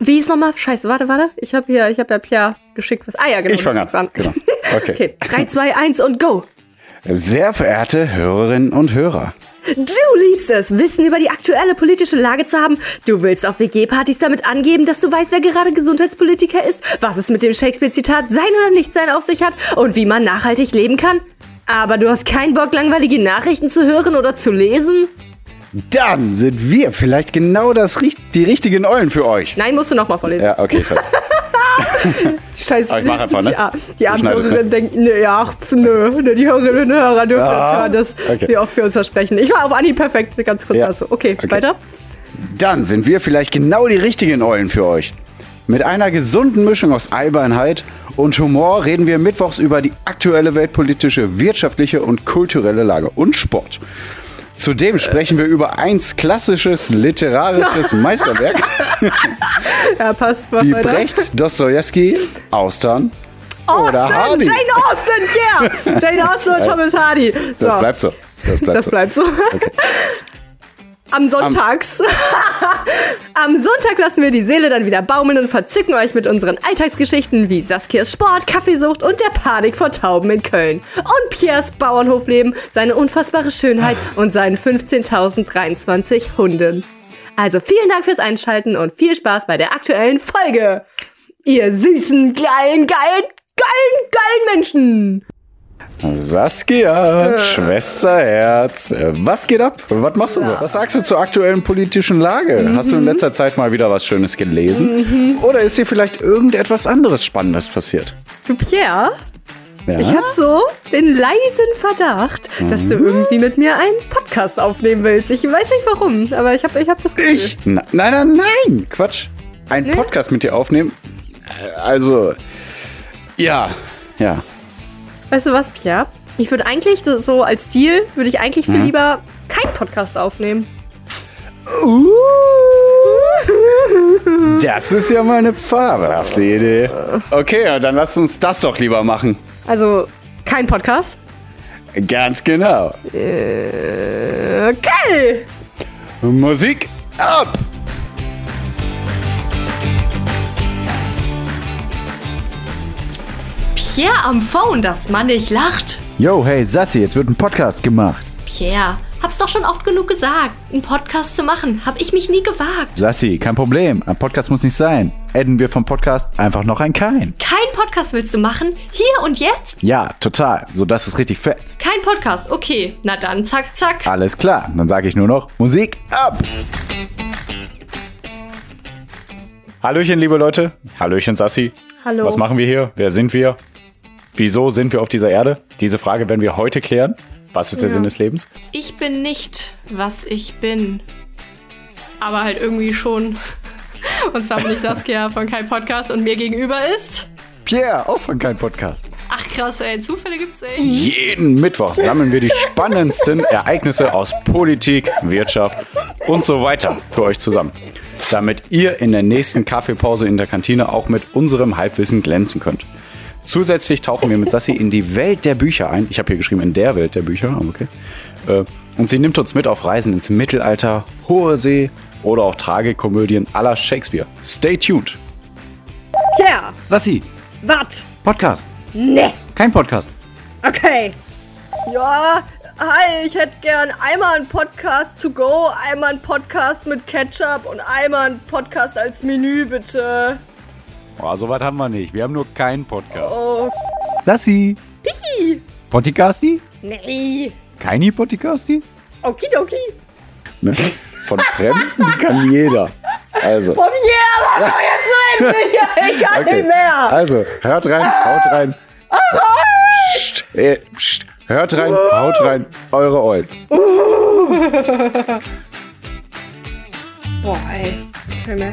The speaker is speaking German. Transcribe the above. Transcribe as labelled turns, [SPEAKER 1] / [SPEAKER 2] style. [SPEAKER 1] Wie ist nochmal? Scheiße, warte, warte. Ich habe hier, ich habe ja Pierre geschickt was. Ah ja, genau.
[SPEAKER 2] Ich fange an. Genau. Okay.
[SPEAKER 1] Okay, 3, 2, 1 und go.
[SPEAKER 2] Sehr verehrte Hörerinnen und Hörer.
[SPEAKER 1] Du liebst es, Wissen über die aktuelle politische Lage zu haben. Du willst auf WG-Partys damit angeben, dass du weißt, wer gerade Gesundheitspolitiker ist, was es mit dem Shakespeare-Zitat sein oder nicht sein auf sich hat und wie man nachhaltig leben kann. Aber du hast keinen Bock, langweilige Nachrichten zu hören oder zu lesen?
[SPEAKER 2] Dann sind wir vielleicht genau das, richt- die richtigen Eulen für euch.
[SPEAKER 1] Nein, musst du nochmal vorlesen.
[SPEAKER 2] Ja, okay. ver-
[SPEAKER 1] Scheiße.
[SPEAKER 2] Aber ich mach einfach, ne?
[SPEAKER 1] Die, Ar- die armen
[SPEAKER 2] schneidest,
[SPEAKER 1] Hörerinnen denken, nö, ja, ach, pf, nö, nö, die Hörerinnen und Hörer dürfen
[SPEAKER 2] Ah,
[SPEAKER 1] jetzt hören, dass
[SPEAKER 2] okay.
[SPEAKER 1] wir oft für uns versprechen. Ich war auf Anni perfekt, ganz kurz
[SPEAKER 2] Ja.
[SPEAKER 1] dazu. Okay,
[SPEAKER 2] Okay.
[SPEAKER 1] weiter.
[SPEAKER 2] Dann sind wir vielleicht genau die richtigen Eulen für euch. Mit einer gesunden Mischung aus Albernheit und Humor reden wir mittwochs über die aktuelle weltpolitische, wirtschaftliche und kulturelle Lage und Sport.
[SPEAKER 1] Äh.
[SPEAKER 2] Zudem sprechen wir über eins klassisches literarisches Meisterwerk
[SPEAKER 1] Ja, passt, mach
[SPEAKER 2] wie
[SPEAKER 1] weiter.
[SPEAKER 2] Brecht, Dostoevsky, Austern
[SPEAKER 1] Austen,
[SPEAKER 2] oder Hardy.
[SPEAKER 1] Jane Austen, yeah! Jane Austen und Thomas Hardy. So,
[SPEAKER 2] Das bleibt so. Das bleibt
[SPEAKER 1] Das
[SPEAKER 2] so.
[SPEAKER 1] bleibt so. Am Sonntags. Am Sonntag lassen wir die Seele dann wieder baumeln und verzücken euch mit unseren Alltagsgeschichten wie Saskias Sport, Kaffeesucht und der Panik vor Tauben in Köln. Und Piers Bauernhofleben, seine unfassbare Schönheit und seinen 15.023 Hunden. Also vielen Dank fürs Einschalten und viel Spaß bei der aktuellen Folge. Ihr süßen, kleinen, geilen, geilen, geilen Menschen.
[SPEAKER 2] Saskia, Schwesterherz, äh, was geht ab? Was machst du so? Was sagst du zur aktuellen politischen Lage? Hast du in letzter Zeit mal wieder was Schönes gelesen? Oder ist dir vielleicht irgendetwas anderes Spannendes passiert?
[SPEAKER 1] Du Pierre?
[SPEAKER 2] Ja? Mhm.
[SPEAKER 1] Ich habe so den leisen Verdacht, dass du irgendwie mit mir einen Podcast aufnehmen willst. Ich weiß nicht warum, aber ich habe ich hab das Gefühl.
[SPEAKER 2] Ich? Na, nein, nein, nein! Quatsch! Einen Podcast mit dir aufnehmen? Äh, Also, ja, ja.
[SPEAKER 1] Weißt du was, Pia? Ich würde eigentlich so- so als Deal, würde ich eigentlich
[SPEAKER 2] Mhm.
[SPEAKER 1] viel lieber keinen Podcast aufnehmen.
[SPEAKER 2] Das ist ja mal eine fabelhafte Idee. Okay, ja, dann lass uns das doch lieber machen.
[SPEAKER 1] Also kein Podcast.
[SPEAKER 2] Ganz genau.
[SPEAKER 1] Okay.
[SPEAKER 2] Musik ab!
[SPEAKER 1] Pierre am Phone, dass man nicht lacht.
[SPEAKER 2] Yo, hey Sassi, jetzt wird ein Podcast gemacht.
[SPEAKER 1] Pierre, hab's doch schon oft genug gesagt. Einen Podcast zu machen, hab ich mich nie gewagt.
[SPEAKER 2] Sassi, kein Problem. Ein Podcast muss nicht sein. Adden wir vom Podcast einfach noch ein Kein.
[SPEAKER 1] Kein Podcast willst du machen? Hier und jetzt?
[SPEAKER 2] Ja, total. So dass es richtig fetzt.
[SPEAKER 1] Kein Podcast, okay. Na dann, zack, zack.
[SPEAKER 2] Alles klar. Dann sage ich nur noch Musik ab. Hallöchen, liebe Leute. Hallöchen, Sassi.
[SPEAKER 1] Hallo.
[SPEAKER 2] Was machen wir hier? Wer sind wir? Wieso sind wir auf dieser Erde? Diese Frage werden wir heute klären. Was ist der Sinn des Lebens?
[SPEAKER 1] Ich bin nicht, was ich bin. Aber halt irgendwie schon. Und zwar bin ich Saskia von Kein Podcast und mir gegenüber ist.
[SPEAKER 2] Pierre, auch von kein Podcast.
[SPEAKER 1] Ach krass, ey, Zufälle gibt's, ey.
[SPEAKER 2] Jeden Mittwoch sammeln wir die spannendsten Ereignisse aus Politik, Wirtschaft und so weiter für euch zusammen, damit ihr in der nächsten Kaffeepause in der Kantine auch mit unserem Halbwissen glänzen könnt. Zusätzlich tauchen wir mit Sassi in die Welt der Bücher ein. Ich habe hier geschrieben, in der Welt der Bücher, aber okay. Äh, Und sie nimmt uns mit auf Reisen ins Mittelalter, Hohe See oder auch Tragikomödien aller Shakespeare. Stay tuned.
[SPEAKER 1] Pierre,
[SPEAKER 2] Sassi,
[SPEAKER 1] wat?
[SPEAKER 2] Podcast.
[SPEAKER 1] Nee.
[SPEAKER 2] Kein Podcast.
[SPEAKER 1] Okay. Ja, hi, ich hätte gern einmal einen Podcast to go, einmal einen Podcast mit Ketchup und einmal einen Podcast als Menü, bitte.
[SPEAKER 2] Oh, so weit haben wir nicht. Wir haben nur keinen Podcast.
[SPEAKER 1] Oh,
[SPEAKER 2] Sassi.
[SPEAKER 1] Pichi.
[SPEAKER 2] Pottikasti?
[SPEAKER 1] nee.
[SPEAKER 2] Keine Pottikasti?
[SPEAKER 1] Okidoki.
[SPEAKER 2] Ne? Von Fremden kann jeder. Also,
[SPEAKER 1] Komm hier, mach doch jetzt rein, ich kann
[SPEAKER 2] okay.
[SPEAKER 1] nicht mehr.
[SPEAKER 2] also hört rein, haut rein. Psst, äh, psst. Hört rein, haut rein, eure Eulen.
[SPEAKER 1] Boah, ey. Keine mehr.